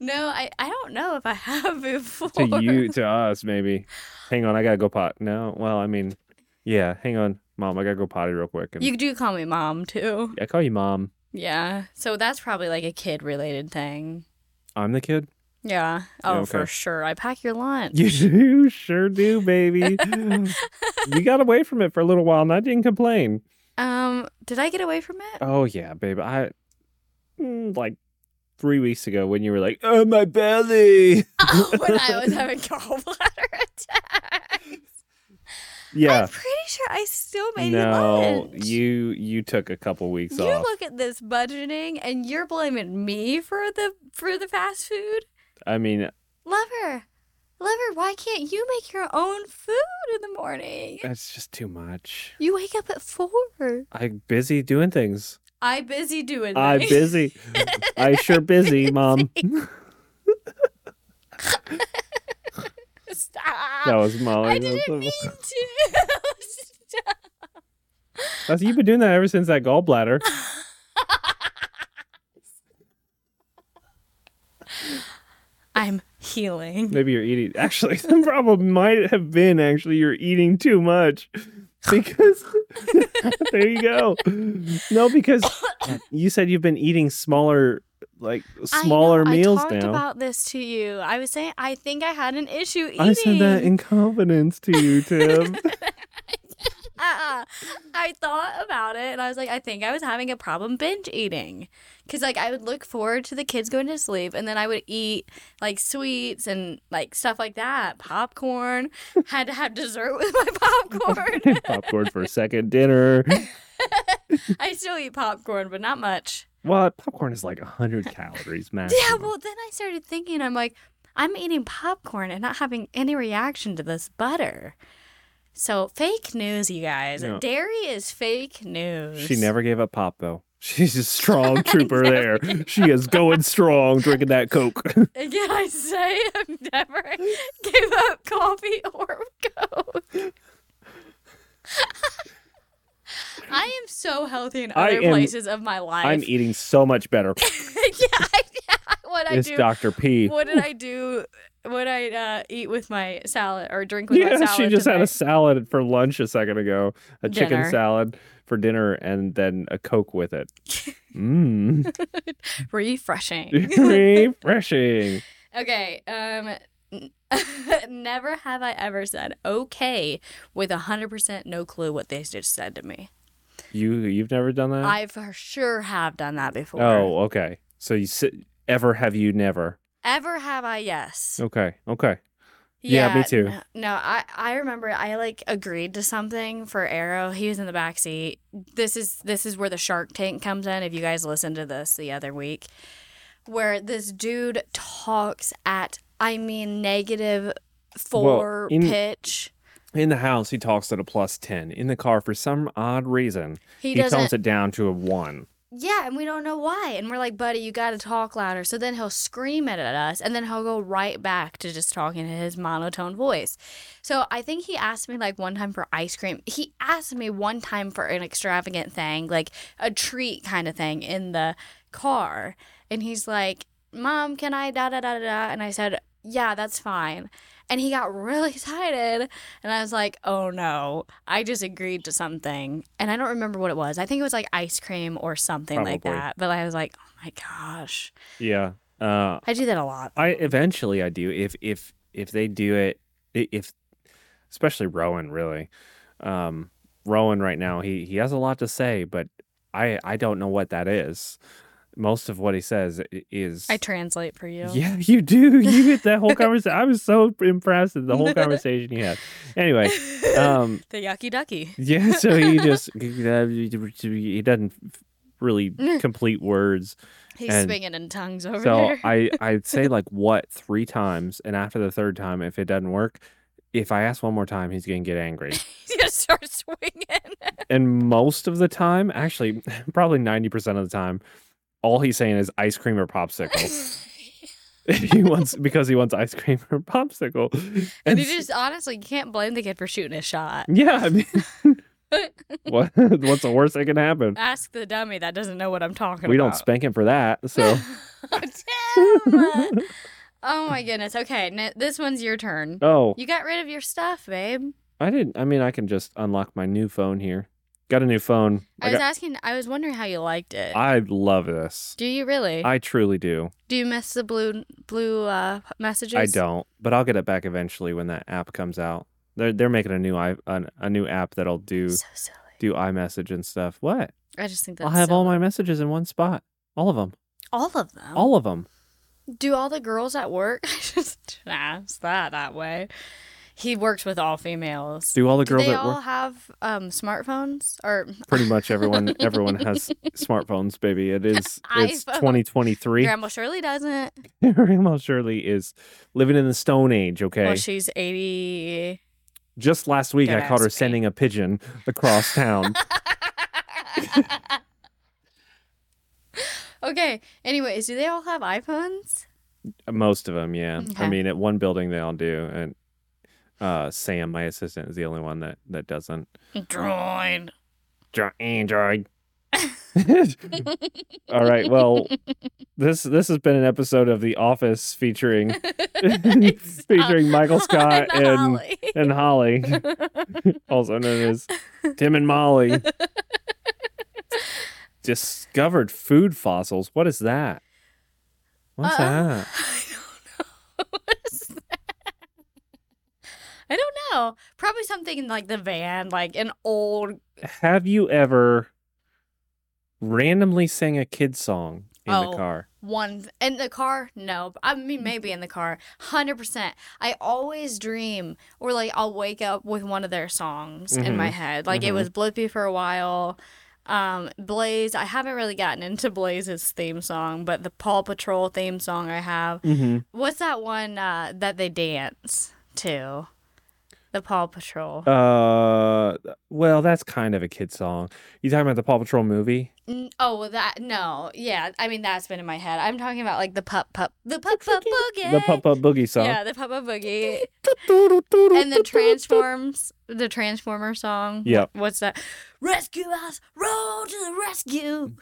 Speaker 2: no, I, I don't know if I have before.
Speaker 1: To you, to us, maybe. Hang on, I gotta go pot. No, well, I mean, yeah. Hang on, mom, I gotta go potty real quick. And
Speaker 2: You do call me mom too.
Speaker 1: I call you mom.
Speaker 2: Yeah. So that's probably like a kid related thing.
Speaker 1: I'm the kid.
Speaker 2: Yeah. Oh,
Speaker 1: Yeah,
Speaker 2: for
Speaker 1: okay.
Speaker 2: sure. I pack your lunch.
Speaker 1: You, you sure do, baby. you got away from it for a little while, and I didn't complain.
Speaker 2: Um, did I get away from it?
Speaker 1: Oh yeah, babe. I mm, like three weeks ago when you were like, "Oh my belly."
Speaker 2: Oh, when I was having gallbladder attacks.
Speaker 1: Yeah.
Speaker 2: I'm pretty sure I still made you
Speaker 1: no,
Speaker 2: lunch.
Speaker 1: you you took a couple weeks
Speaker 2: You
Speaker 1: off.
Speaker 2: look at this budgeting and you're blaming me for the for the fast food.
Speaker 1: I mean,
Speaker 2: Lover, lover, why can't you make your own food in the morning?
Speaker 1: that's just too much.
Speaker 2: You wake up at four.
Speaker 1: I'm busy doing things.
Speaker 2: I busy doing
Speaker 1: I'm
Speaker 2: things.
Speaker 1: busy. I sure busy, mom.
Speaker 2: Stop.
Speaker 1: That was Molly.
Speaker 2: I didn't mean to. Stop.
Speaker 1: That's- you've been doing that ever since that gallbladder.
Speaker 2: I'm healing.
Speaker 1: Maybe you're eating. Actually, the problem might have been actually you're eating too much. Because there you go. No, because you said you've been eating smaller, like smaller
Speaker 2: I know,
Speaker 1: meals
Speaker 2: I talked
Speaker 1: now.
Speaker 2: about this to you. I was saying I think I had an issue eating.
Speaker 1: I said that in confidence to you, Tim.
Speaker 2: uh-uh. I thought about it and I was like, I think I was having a problem binge eating. Cause like I would look forward to the kids going to sleep and then I would eat like sweets and like stuff like that. Popcorn. Had to have dessert with my popcorn.
Speaker 1: popcorn for second dinner.
Speaker 2: I still eat popcorn, but not much.
Speaker 1: Well, popcorn is like 100 calories maximum.
Speaker 2: Yeah, well then I started thinking, I'm like, I'm eating popcorn and not having any reaction to this butter. So fake news, you guys.
Speaker 1: Yeah.
Speaker 2: Dairy is fake news.
Speaker 1: she never gave up pop though. She's a strong trooper there. She is going strong drinking that Coke.
Speaker 2: Again, I say I've never gave up coffee or Coke. I am so healthy in
Speaker 1: I
Speaker 2: other
Speaker 1: am-
Speaker 2: places of my life.
Speaker 1: I'm eating so much better.
Speaker 2: yeah, I, yeah, what I
Speaker 1: It's
Speaker 2: do.
Speaker 1: Dr. P.
Speaker 2: What did I do? What I uh, eat with my salad or drink with my
Speaker 1: Yeah,
Speaker 2: salad?
Speaker 1: she just had a
Speaker 2: tonight?
Speaker 1: salad for lunch a second ago, a
Speaker 2: Dinner.
Speaker 1: chicken salad for dinner, and then a Coke with it. Mmm.
Speaker 2: refreshing.
Speaker 1: Refreshing.
Speaker 2: okay. Um. Never have I ever said okay with 100% no clue what they just said to me.
Speaker 1: You you've never done that?
Speaker 2: I for sure have done that before.
Speaker 1: Uh. oh, okay. So you sit, ever have you never?
Speaker 2: Ever have I yes.
Speaker 1: Okay. Okay. Oh, Yeah, me too.
Speaker 2: n- No, I, I remember I like agreed to something for Arrow. He was in the back seat. This is this is where the Shark Tank comes in. If you guys listened to this the other week, where this dude talks at I mean negative four
Speaker 1: in-
Speaker 2: pitch.
Speaker 1: In the house, he talks at a plus ten. In the car, for some odd reason,
Speaker 2: He,
Speaker 1: he,
Speaker 2: doesn't.
Speaker 1: tones it down to a one.
Speaker 2: yeah, and we don't know why. And we're like, buddy, you got to talk louder. So then he'll scream it at us, and then he'll go right back to just talking in his monotone voice. So I think he asked me like one time for ice cream. He asked me one time for an extravagant thing, like a treat kind of thing in the car. And he's like, Mom, can I da da da da? da?" And I said, Yeah, that's fine. And he got really excited. And I was like, Oh no, I just agreed to something. And I don't remember what it was. I think it was like ice cream or something like
Speaker 1: Probably.
Speaker 2: that. But I was like, Oh my gosh.
Speaker 1: Yeah. Uh,
Speaker 2: I do that a lot.
Speaker 1: I eventually I do if if if they do it i- if especially Rowan really um Rowan right now he he has a lot to say but I I don't know what that is most of what he says i- is
Speaker 2: I translate for you.
Speaker 1: yeah you do you hit that whole conversation I was so impressed with the whole conversation you had anyway um
Speaker 2: the yucky ducky.
Speaker 1: yeah so he just he doesn't really complete words
Speaker 2: He's
Speaker 1: And
Speaker 2: swinging in tongues over
Speaker 1: so
Speaker 2: there.
Speaker 1: I I'd say like what three times, and after the third time, if it doesn't work, if I ask one more time, he's gonna get angry.
Speaker 2: He's going to start swinging.
Speaker 1: and most of the time, actually, probably ninety percent of the time, all he's saying is ice cream or popsicle. he wants because he wants ice cream or popsicle.
Speaker 2: And you
Speaker 1: s-
Speaker 2: just honestly can't blame the kid for shooting a shot.
Speaker 1: yeah, I mean, what what's the worst that can happen?
Speaker 2: Ask the dummy that doesn't know what I'm talking
Speaker 1: We don't
Speaker 2: about. Oh,
Speaker 1: spank him for that. So
Speaker 2: Damn. oh my goodness. Okay, n- this one's your turn.
Speaker 1: oh,
Speaker 2: You got rid of your stuff, babe.
Speaker 1: I didn't. I mean, I can just unlock my new phone here. Got a new phone.
Speaker 2: I,
Speaker 1: I,
Speaker 2: was
Speaker 1: got,
Speaker 2: asking. I was wondering how you liked it.
Speaker 1: I love this.
Speaker 2: Do you really?
Speaker 1: I truly do.
Speaker 2: Do you miss the blue blue uh, messages?
Speaker 1: I don't, but I'll get it back eventually when that app comes out. They're they're making a new i an, a new app that'll do
Speaker 2: So silly.
Speaker 1: do iMessage and stuff. What?
Speaker 2: I just think that's
Speaker 1: I'll have
Speaker 2: silly.
Speaker 1: all my messages in one spot. All of them.
Speaker 2: all of them.
Speaker 1: All of them.
Speaker 2: Do all the girls at work? I just nah, it's that that way. He works with all females.
Speaker 1: Do all the
Speaker 2: Do
Speaker 1: girls
Speaker 2: they
Speaker 1: at
Speaker 2: all
Speaker 1: work?
Speaker 2: have um, smartphones or
Speaker 1: Pretty much everyone everyone has smartphones, baby. It is it's
Speaker 2: iPhone.
Speaker 1: 2023.
Speaker 2: Grandma Shirley doesn't.
Speaker 1: Grandma Shirley is living in the stone age, okay?
Speaker 2: Well, she's 80.
Speaker 1: Just last week
Speaker 2: Don't
Speaker 1: I caught her
Speaker 2: ask me.
Speaker 1: sending a pigeon across town.
Speaker 2: okay. Anyways, do they all have iPhones?
Speaker 1: Most of them, yeah. I
Speaker 2: Okay.
Speaker 1: mean, at one building they all do, and uh, Sam, my assistant, is the only one that that doesn't.
Speaker 2: Droid.
Speaker 1: Dr- Android. all right. Well, this this has been an episode of The Office featuring featuring Michael Scott and and Holly, also known as Tim and Molly. Discovered food fossils. What is that? What's
Speaker 2: Uh-oh.
Speaker 1: that?
Speaker 2: I don't know. Probably something in like the van, like an old.
Speaker 1: have you ever randomly sang a kid song in
Speaker 2: Oh.
Speaker 1: the car?
Speaker 2: One in the car? No. I mean, maybe in the car. 100%. I always dream, or like I'll wake up with one of their songs in my head. Like it
Speaker 1: Mhm.
Speaker 2: was Blippi for a while. Um, Blaze, I haven't really gotten into Blaze's theme song, but the Paw Patrol theme song I have.
Speaker 1: Mm-hmm.
Speaker 2: What's that one uh, that they dance to? The Paw Patrol.
Speaker 1: Uh, well, that's kind of a kid song. You talking about the Paw Patrol movie?
Speaker 2: N- Oh, well, that no, yeah. I mean, that's been in my head. I'm talking about like the pup pup, the pup pup boogie,
Speaker 1: The Pup Pup Boogie song.
Speaker 2: yeah, the pup pup boogie, and the transforms, the transformer song.
Speaker 1: Yep.
Speaker 2: What's that? Rescue us, roll to the rescue,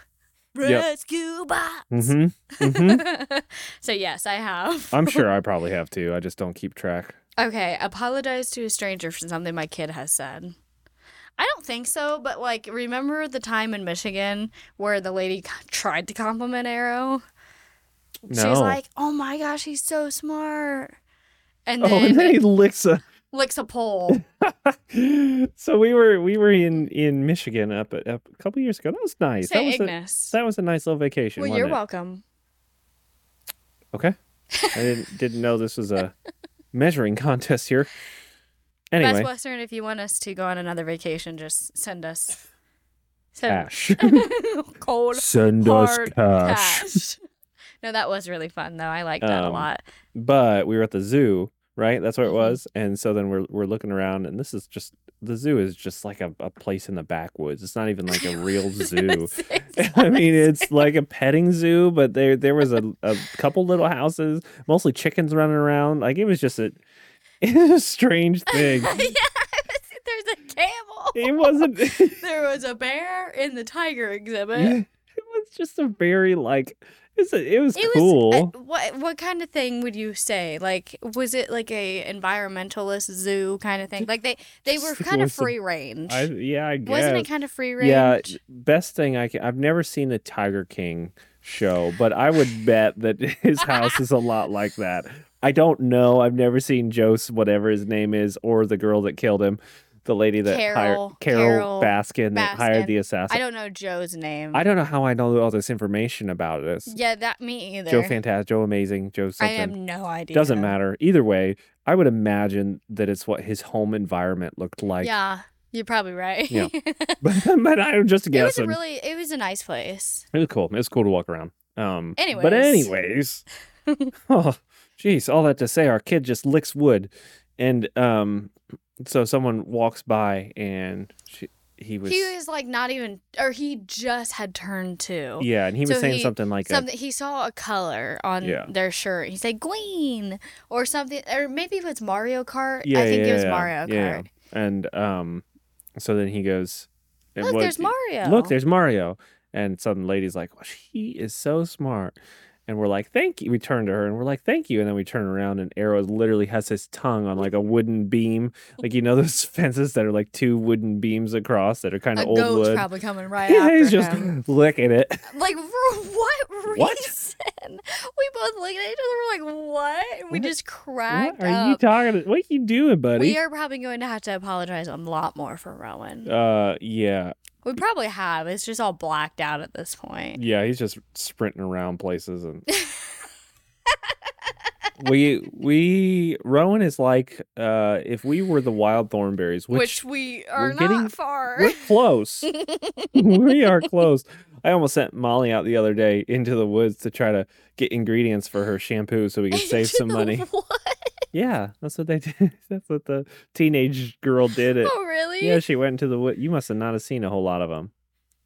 Speaker 1: Yep.
Speaker 2: rescue box.
Speaker 1: Mm-hmm. Mm-hmm.
Speaker 2: so yes, I have.
Speaker 1: I'm sure I probably have too. I just don't keep track.
Speaker 2: Okay, apologize to a stranger for something my kid has said. I don't think so, but like, remember the time in Michigan where the lady c- tried to compliment Arrow?
Speaker 1: No.
Speaker 2: She's like, "Oh my gosh, he's so smart." and
Speaker 1: Oh,
Speaker 2: then,
Speaker 1: and then he licks a.
Speaker 2: licks a pole.
Speaker 1: so we were we were in in Michigan up, at, up a couple years ago. That was nice.
Speaker 2: Say
Speaker 1: that was a,
Speaker 2: Ignis.
Speaker 1: that was a nice little vacation.
Speaker 2: well,
Speaker 1: wasn't
Speaker 2: you're
Speaker 1: it?
Speaker 2: welcome.
Speaker 1: Okay. I didn't didn't know this was a measuring contest here. Anyway,
Speaker 2: Best Western, if you want us to go on another vacation, just send us. Send
Speaker 1: Ash.
Speaker 2: cold
Speaker 1: Send
Speaker 2: hard cash. No, that was really fun though. I liked that a
Speaker 1: Um,
Speaker 2: lot.
Speaker 1: But we were at the zoo, right? That's where it
Speaker 2: Mhm.
Speaker 1: was. And so then we're we're looking around and this is just the zoo is just like a, a place in the backwoods. It's not even like a real zoo. I mean, it's like a petting zoo, but there there was a, a couple little houses, mostly chickens running around. Like it was just a it was a strange thing.
Speaker 2: yeah, I was- there's a camel.
Speaker 1: It wasn't
Speaker 2: There was a bear in the tiger exhibit.
Speaker 1: it was just a very like it's a, it was
Speaker 2: It
Speaker 1: cool.
Speaker 2: was uh, what what kind of thing would you say? Like was it like a environmentalist zoo kind of thing? Like they they were
Speaker 1: Just
Speaker 2: kind of
Speaker 1: was a-
Speaker 2: free range.
Speaker 1: I, yeah, I guess.
Speaker 2: Wasn't it kind of free range?
Speaker 1: Yeah, best thing I can. I've never seen the Tiger King show, but I would bet that his house is a lot like that. I don't know. I've never seen Jose, whatever his name is, or the girl that killed him, the lady that
Speaker 2: Carol-
Speaker 1: hired Carol,
Speaker 2: Carol
Speaker 1: Baskin that hired
Speaker 2: Baskin.
Speaker 1: the
Speaker 2: I
Speaker 1: assassin.
Speaker 2: don't know Joe's name.
Speaker 1: I don't, know how I know all this information about this.
Speaker 2: yeah, that me either.
Speaker 1: Joe Fantastic, Joe Amazing, Joe
Speaker 2: I
Speaker 1: something.
Speaker 2: have no idea.
Speaker 1: Doesn't matter. Either way, I would imagine that it's what his home environment looked like.
Speaker 2: yeah, you're probably right.
Speaker 1: Yeah. but, but I'm just
Speaker 2: it was
Speaker 1: guessing.
Speaker 2: a really it was a nice place.
Speaker 1: It was cool. It was cool to walk around. Um, but
Speaker 2: Anyways.
Speaker 1: anyways, oh, geez, all that to say, our kid just licks wood, and um, so someone walks by and she, he was,
Speaker 2: He was like not even, or he just had turned two.
Speaker 1: yeah, and he was
Speaker 2: so
Speaker 1: saying
Speaker 2: he-
Speaker 1: something like, a-
Speaker 2: Something he saw a color on
Speaker 1: Yeah.
Speaker 2: their shirt. He said green or something, or maybe it was Mario Kart.
Speaker 1: yeah,
Speaker 2: I think
Speaker 1: yeah,
Speaker 2: it was
Speaker 1: yeah,
Speaker 2: Mario
Speaker 1: yeah.
Speaker 2: Kart.
Speaker 1: and um, so then he goes, it
Speaker 2: Look,
Speaker 1: was-
Speaker 2: there's Mario.
Speaker 1: Look, there's Mario, and some lady's like, well, she is so smart. And we're like, thank you. We turn to her and we're like, thank you. And then we turn around and Arrow literally has his tongue on like a wooden beam. Like, you know, those fences that are like two wooden beams across that are kind
Speaker 2: a
Speaker 1: of old
Speaker 2: goat's
Speaker 1: wood.
Speaker 2: probably coming right
Speaker 1: Yeah,
Speaker 2: after
Speaker 1: he's just
Speaker 2: him.
Speaker 1: licking it.
Speaker 2: Like for what reason?
Speaker 1: What?
Speaker 2: We both looked at each other. We're like, what? And we
Speaker 1: What-
Speaker 2: just cracked
Speaker 1: What are
Speaker 2: up.
Speaker 1: you talking? What are you doing,
Speaker 2: we
Speaker 1: buddy?
Speaker 2: are probably going to have to apologize a lot more for Rowan.
Speaker 1: uh, yeah,
Speaker 2: We probably have. It's just all blacked out at this point.
Speaker 1: yeah. He's just sprinting around places and. We we Rowan is like uh if we were the wild thornberries, which
Speaker 2: Which, we are
Speaker 1: we're getting-
Speaker 2: not far.
Speaker 1: We're close. we are close. I almost sent Molly out the other day into the woods to try to get ingredients for her shampoo so we could save some money.
Speaker 2: What?
Speaker 1: Yeah, that's what they did. That's what the teenage girl did. It.
Speaker 2: Oh, really?
Speaker 1: Yeah, she went into the wood. You must have not have seen a whole lot of them.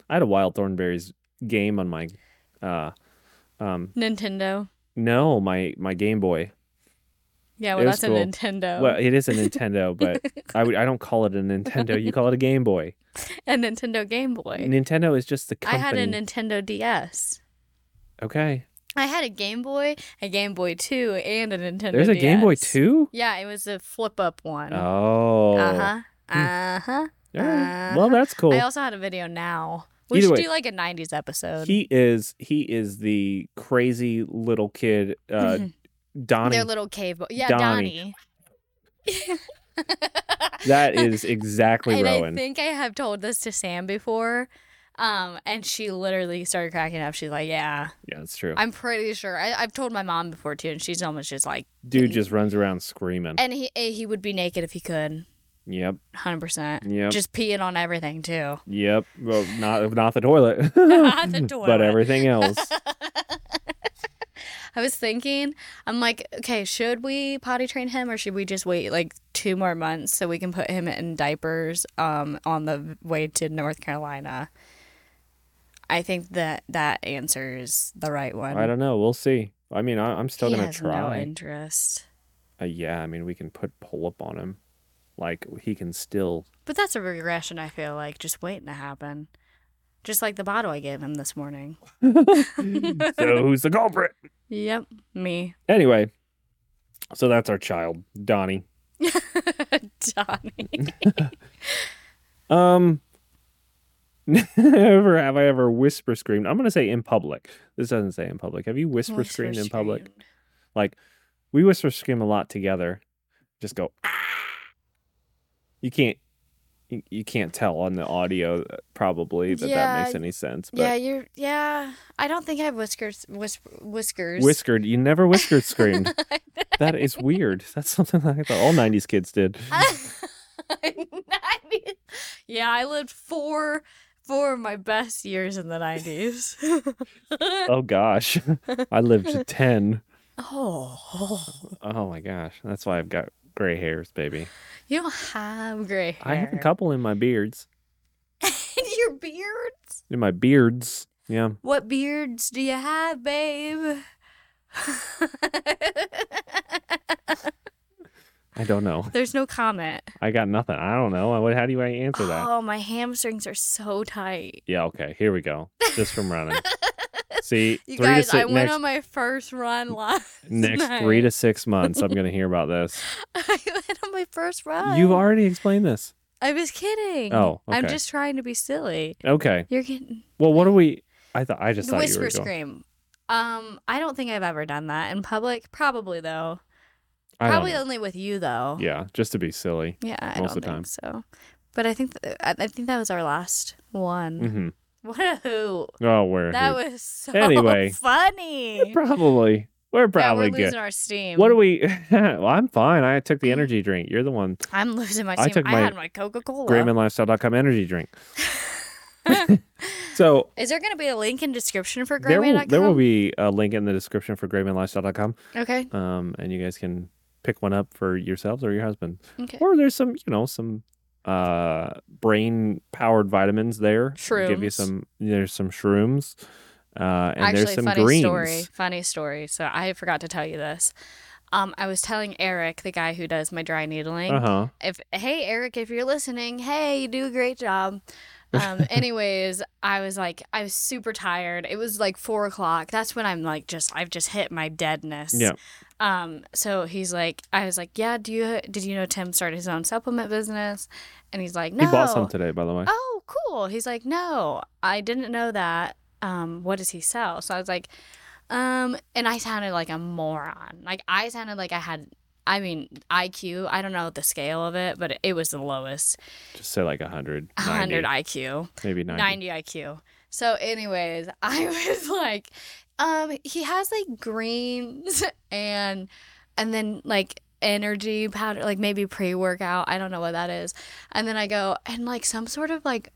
Speaker 1: I had a wild thornberries game on my, uh, um,
Speaker 2: Nintendo.
Speaker 1: no, my my Game Boy.
Speaker 2: Yeah,
Speaker 1: It
Speaker 2: well,
Speaker 1: was
Speaker 2: that's
Speaker 1: cool.
Speaker 2: a Nintendo.
Speaker 1: Well, it is a Nintendo, but I would I don't call it a Nintendo. You call it a Game Boy.
Speaker 2: a Nintendo Game Boy.
Speaker 1: Nintendo is just the
Speaker 2: I
Speaker 1: company.
Speaker 2: had a Nintendo DS.
Speaker 1: okay.
Speaker 2: I had a Game Boy, a Game Boy 2, and a Nintendo
Speaker 1: There's a Game Boy
Speaker 2: DS.
Speaker 1: Two.
Speaker 2: Yeah, it was the flip up one.
Speaker 1: Oh.
Speaker 2: Uh huh. Uh huh.
Speaker 1: All right. Well, that's cool.
Speaker 2: Uh-huh. I also had a video now. We
Speaker 1: Either
Speaker 2: should
Speaker 1: way.
Speaker 2: do like a 90s episode.
Speaker 1: he is he is the crazy little kid uh Donnie.
Speaker 2: Their little cave. Bo- yeah,
Speaker 1: Donnie.
Speaker 2: Donnie.
Speaker 1: that is exactly
Speaker 2: and
Speaker 1: Rowan.
Speaker 2: I think I have told this to Sam before. Um, and she literally started cracking up. She's like, "Yeah,
Speaker 1: yeah, that's true.
Speaker 2: I'm pretty sure." I, I've told my mom before too, and she's almost just like,
Speaker 1: Dude just runs around screaming.
Speaker 2: "And he eh, he would be naked if he could,
Speaker 1: yep.
Speaker 2: hundred percent,
Speaker 1: Yep.
Speaker 2: just peeing on everything too."
Speaker 1: yep. Well, not not the toilet.
Speaker 2: Not the
Speaker 1: But
Speaker 2: toilet.
Speaker 1: everything else.
Speaker 2: I was thinking, I'm like, okay, should we potty train him or should we just wait like two more months so we can put him in diapers um, on the way to North Carolina? I think that that answer is the right one.
Speaker 1: I don't know. We'll see. I mean, I, I'm still
Speaker 2: he
Speaker 1: gonna
Speaker 2: has no
Speaker 1: try.
Speaker 2: interest.
Speaker 1: uh, yeah, I mean, we can put pull up on him. Like he can still.
Speaker 2: But that's a regression, I feel like, just waiting to happen. Just like the bottle I gave him this morning.
Speaker 1: So who's the culprit?
Speaker 2: Yep, me.
Speaker 1: Anyway, so that's our child, Donnie.
Speaker 2: Donnie.
Speaker 1: Um, never have I ever whisper screamed. I'm gonna say in public. This doesn't say in public. Have you whisper, screamed in public?
Speaker 2: Screamed.
Speaker 1: Like we whisper scream a lot together, just go. You can't. You, you can't tell on the audio uh, probably that that
Speaker 2: Yeah,
Speaker 1: makes any sense. But
Speaker 2: yeah, you're. Yeah, I don't think I have whiskers. Whis- whiskers.
Speaker 1: whiskered, you never whiskered screamed. that is weird. That's something that I thought all '90s kids did.
Speaker 2: yeah, I lived four four of my best years in the nineties.
Speaker 1: Oh gosh, I lived to ten.
Speaker 2: oh,
Speaker 1: Oh my gosh, that's why I've got gray hairs, baby.
Speaker 2: you don't have gray hair.
Speaker 1: I have a couple in my beards.
Speaker 2: And your beards.
Speaker 1: In my beards, yeah.
Speaker 2: What beards do you have, babe?
Speaker 1: I don't know.
Speaker 2: There's no comment.
Speaker 1: I got nothing. I don't know. What? How do I answer that?
Speaker 2: Oh, my hamstrings are so tight.
Speaker 1: Yeah, okay. Here we go. Just from running. See, three
Speaker 2: You
Speaker 1: to
Speaker 2: guys,
Speaker 1: six,
Speaker 2: I went
Speaker 1: next,
Speaker 2: on my first run last
Speaker 1: next
Speaker 2: night.
Speaker 1: three to six months, I'm going to hear about this.
Speaker 2: I went on my first run.
Speaker 1: You've already explained this.
Speaker 2: I was kidding.
Speaker 1: Oh,
Speaker 2: I'm
Speaker 1: okay.
Speaker 2: just trying to be silly.
Speaker 1: Okay.
Speaker 2: You're getting
Speaker 1: Well, what are we? I thought I just
Speaker 2: the
Speaker 1: thought you
Speaker 2: whisper
Speaker 1: were going.
Speaker 2: scream. Um, I don't think I've ever done that in public. Probably though.
Speaker 1: I don't
Speaker 2: Probably
Speaker 1: know.
Speaker 2: only with you though.
Speaker 1: Yeah, just to be silly.
Speaker 2: Yeah, I
Speaker 1: most
Speaker 2: don't
Speaker 1: of the
Speaker 2: think so. But I think th- I I think that was our last one.
Speaker 1: Mm-hmm.
Speaker 2: What a hoot!
Speaker 1: Oh, we're
Speaker 2: That
Speaker 1: here.
Speaker 2: was so
Speaker 1: Anyway.
Speaker 2: funny.
Speaker 1: probably we're probably
Speaker 2: yeah, we're losing
Speaker 1: good.
Speaker 2: our steam.
Speaker 1: What do we? well, I'm fine. I took the energy drink. You're the one.
Speaker 2: I'm losing my
Speaker 1: I
Speaker 2: steam. I,
Speaker 1: took my
Speaker 2: had my Coca Cola.
Speaker 1: GraymanLifestyle.com energy drink. so
Speaker 2: Is there going to be a link in description for
Speaker 1: there will,
Speaker 2: Grayman.com?
Speaker 1: there will be a link in the description for GraymanLifestyle.com.
Speaker 2: Okay.
Speaker 1: um, and you guys can pick one up for yourselves or your husband.
Speaker 2: Okay.
Speaker 1: Or there's some, you know, some uh, brain powered vitamins there. Give you
Speaker 2: Shrooms.
Speaker 1: some. There's some shrooms, uh, and
Speaker 2: Actually,
Speaker 1: there's some
Speaker 2: funny
Speaker 1: greens.
Speaker 2: story. Funny story. So I forgot to tell you this. Um, I was telling Eric, the guy who does my dry needling,
Speaker 1: Uh huh.
Speaker 2: if hey Eric, if you're listening, hey, you do a great job. Um, anyways, I was like, I was super tired. It was like four o'clock. That's when I'm like, just I've just hit my deadness.
Speaker 1: Yeah.
Speaker 2: Um. So he's like, I was like, yeah. Do you did you know Tim started his own supplement business? And he's like, no.
Speaker 1: He bought some today, by the way.
Speaker 2: Oh, cool. He's like, no, I didn't know that. Um, what does he sell? So I was like, um, and I sounded like a moron. Like I sounded like I had, I mean, IQ. I don't know the scale of it, but it was the lowest,
Speaker 1: Just say like 100,
Speaker 2: 100
Speaker 1: 90,
Speaker 2: IQ,
Speaker 1: maybe 90.
Speaker 2: 90 IQ. So, anyways, I was like, um, he has like greens and, and then like energy powder, like maybe pre workout. I don't know what that is. And then I go, and like some sort of like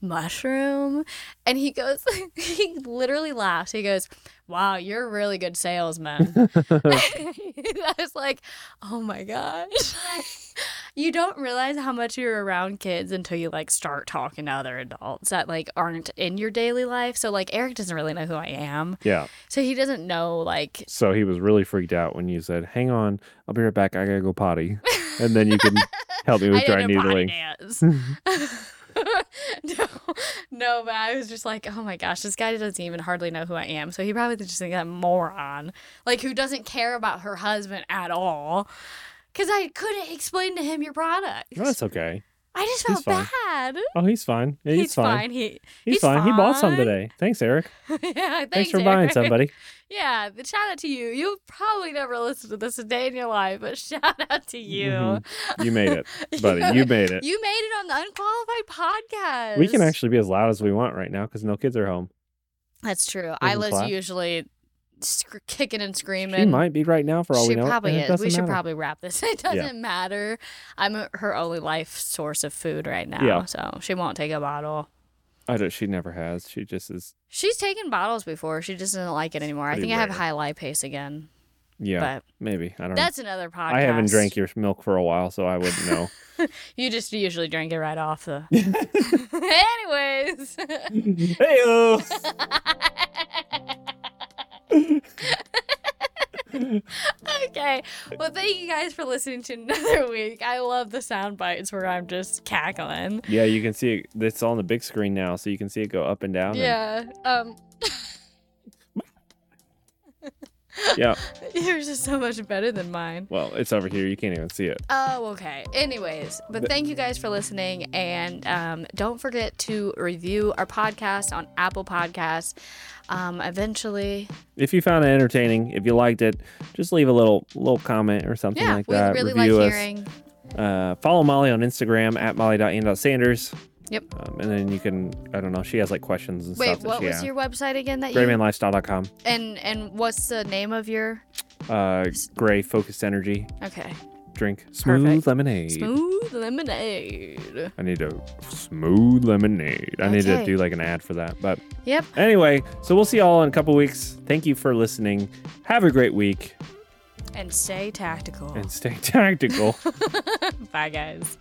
Speaker 2: mushroom. And he goes, he literally laughs. He goes, wow, you're a really good salesman. I was like, oh my gosh. you don't realize how much you're around kids until you like start talking to other adults that like aren't in your daily life. So like Eric doesn't really know who I am.
Speaker 1: Yeah.
Speaker 2: So he doesn't know like
Speaker 1: So he was really freaked out when you said, "Hang on, I'll be right back. I gotta go potty," and then you can help me with
Speaker 2: I
Speaker 1: dry
Speaker 2: didn't know
Speaker 1: needling.
Speaker 2: body dance. no, no, but I was just like, oh my gosh, this guy doesn't even hardly know who I am. So he probably just thinks I'm a moron, like who doesn't care about her husband at all. Because I couldn't explain to him your product.
Speaker 1: No, that's okay.
Speaker 2: I just
Speaker 1: he's fine.
Speaker 2: felt bad.
Speaker 1: Oh, he's fine. Yeah, he's, fine.
Speaker 2: He,
Speaker 1: He's,
Speaker 2: he's
Speaker 1: fine. He bought some
Speaker 2: fine.
Speaker 1: today. Thanks, Eric.
Speaker 2: yeah, thanks,
Speaker 1: Thanks, for buying
Speaker 2: Eric.
Speaker 1: some, buddy.
Speaker 2: Yeah, but shout out to you. You probably never listened to this a day in your life, but shout out to you.
Speaker 1: Mhm. You made it, buddy. You made it.
Speaker 2: You made it on the Unqualified Podcast.
Speaker 1: We can actually be as loud as we want right now because no kids are home.
Speaker 2: That's true. Isla's
Speaker 1: clap.
Speaker 2: usually sc- kicking and screaming.
Speaker 1: She might be right now for all
Speaker 2: she
Speaker 1: we know.
Speaker 2: probably
Speaker 1: and it
Speaker 2: is.
Speaker 1: doesn't
Speaker 2: We should
Speaker 1: matter.
Speaker 2: probably wrap this. It doesn't matter. I'm her only life source of food right now,
Speaker 1: Yeah.
Speaker 2: so she won't take a bottle.
Speaker 1: I don't. She never has. She just is.
Speaker 2: She's taken bottles before. She just doesn't like it anymore. I
Speaker 1: pretty
Speaker 2: think I have
Speaker 1: rare.
Speaker 2: high lipase again,
Speaker 1: Yeah,
Speaker 2: but
Speaker 1: maybe. I don't know.
Speaker 2: that's another podcast.
Speaker 1: I haven't drank your milk for a while, so I wouldn't know.
Speaker 2: You just usually drink it right off the. Anyways.
Speaker 1: hey
Speaker 2: okay. Well, thank you guys for listening to another week. I love the sound bites where I'm just cackling.
Speaker 1: Yeah, you can see it. It's on the big screen now, so you
Speaker 2: um,
Speaker 1: can see it go up and down. and-
Speaker 2: Yeah. Um.
Speaker 1: Yeah.
Speaker 2: Yours is so much better than mine.
Speaker 1: Well, it's over here. You can't even see it.
Speaker 2: Oh, okay. Anyways, but thank you guys for listening. And um, don't forget to review our podcast on Apple Podcasts. Um, eventually,
Speaker 1: If you found it entertaining, if you liked it, just leave a little little comment or something
Speaker 2: yeah,
Speaker 1: like
Speaker 2: we
Speaker 1: that.
Speaker 2: really like
Speaker 1: Review us.
Speaker 2: hearing.
Speaker 1: Uh, follow Molly on Instagram at molly.ann.sanders.
Speaker 2: Yep.
Speaker 1: Um, and then you can, I don't know, she has like questions and
Speaker 2: Wait,
Speaker 1: stuff. that
Speaker 2: what
Speaker 1: she
Speaker 2: was
Speaker 1: asked.
Speaker 2: your website again? That you
Speaker 1: graymanlifestyle.com.
Speaker 2: and and what's the name of your?
Speaker 1: Uh, gray focused energy
Speaker 2: Okay,
Speaker 1: drink. Smooth
Speaker 2: Perfect.
Speaker 1: lemonade.
Speaker 2: smooth lemonade.
Speaker 1: I need a smooth lemonade. I need to
Speaker 2: Okay.
Speaker 1: do like an ad for that. But
Speaker 2: Yep.
Speaker 1: anyway, so we'll see y'all in a couple weeks. Thank you for listening. Have a great week
Speaker 2: And stay tactical.
Speaker 1: and stay tactical.
Speaker 2: Bye, guys.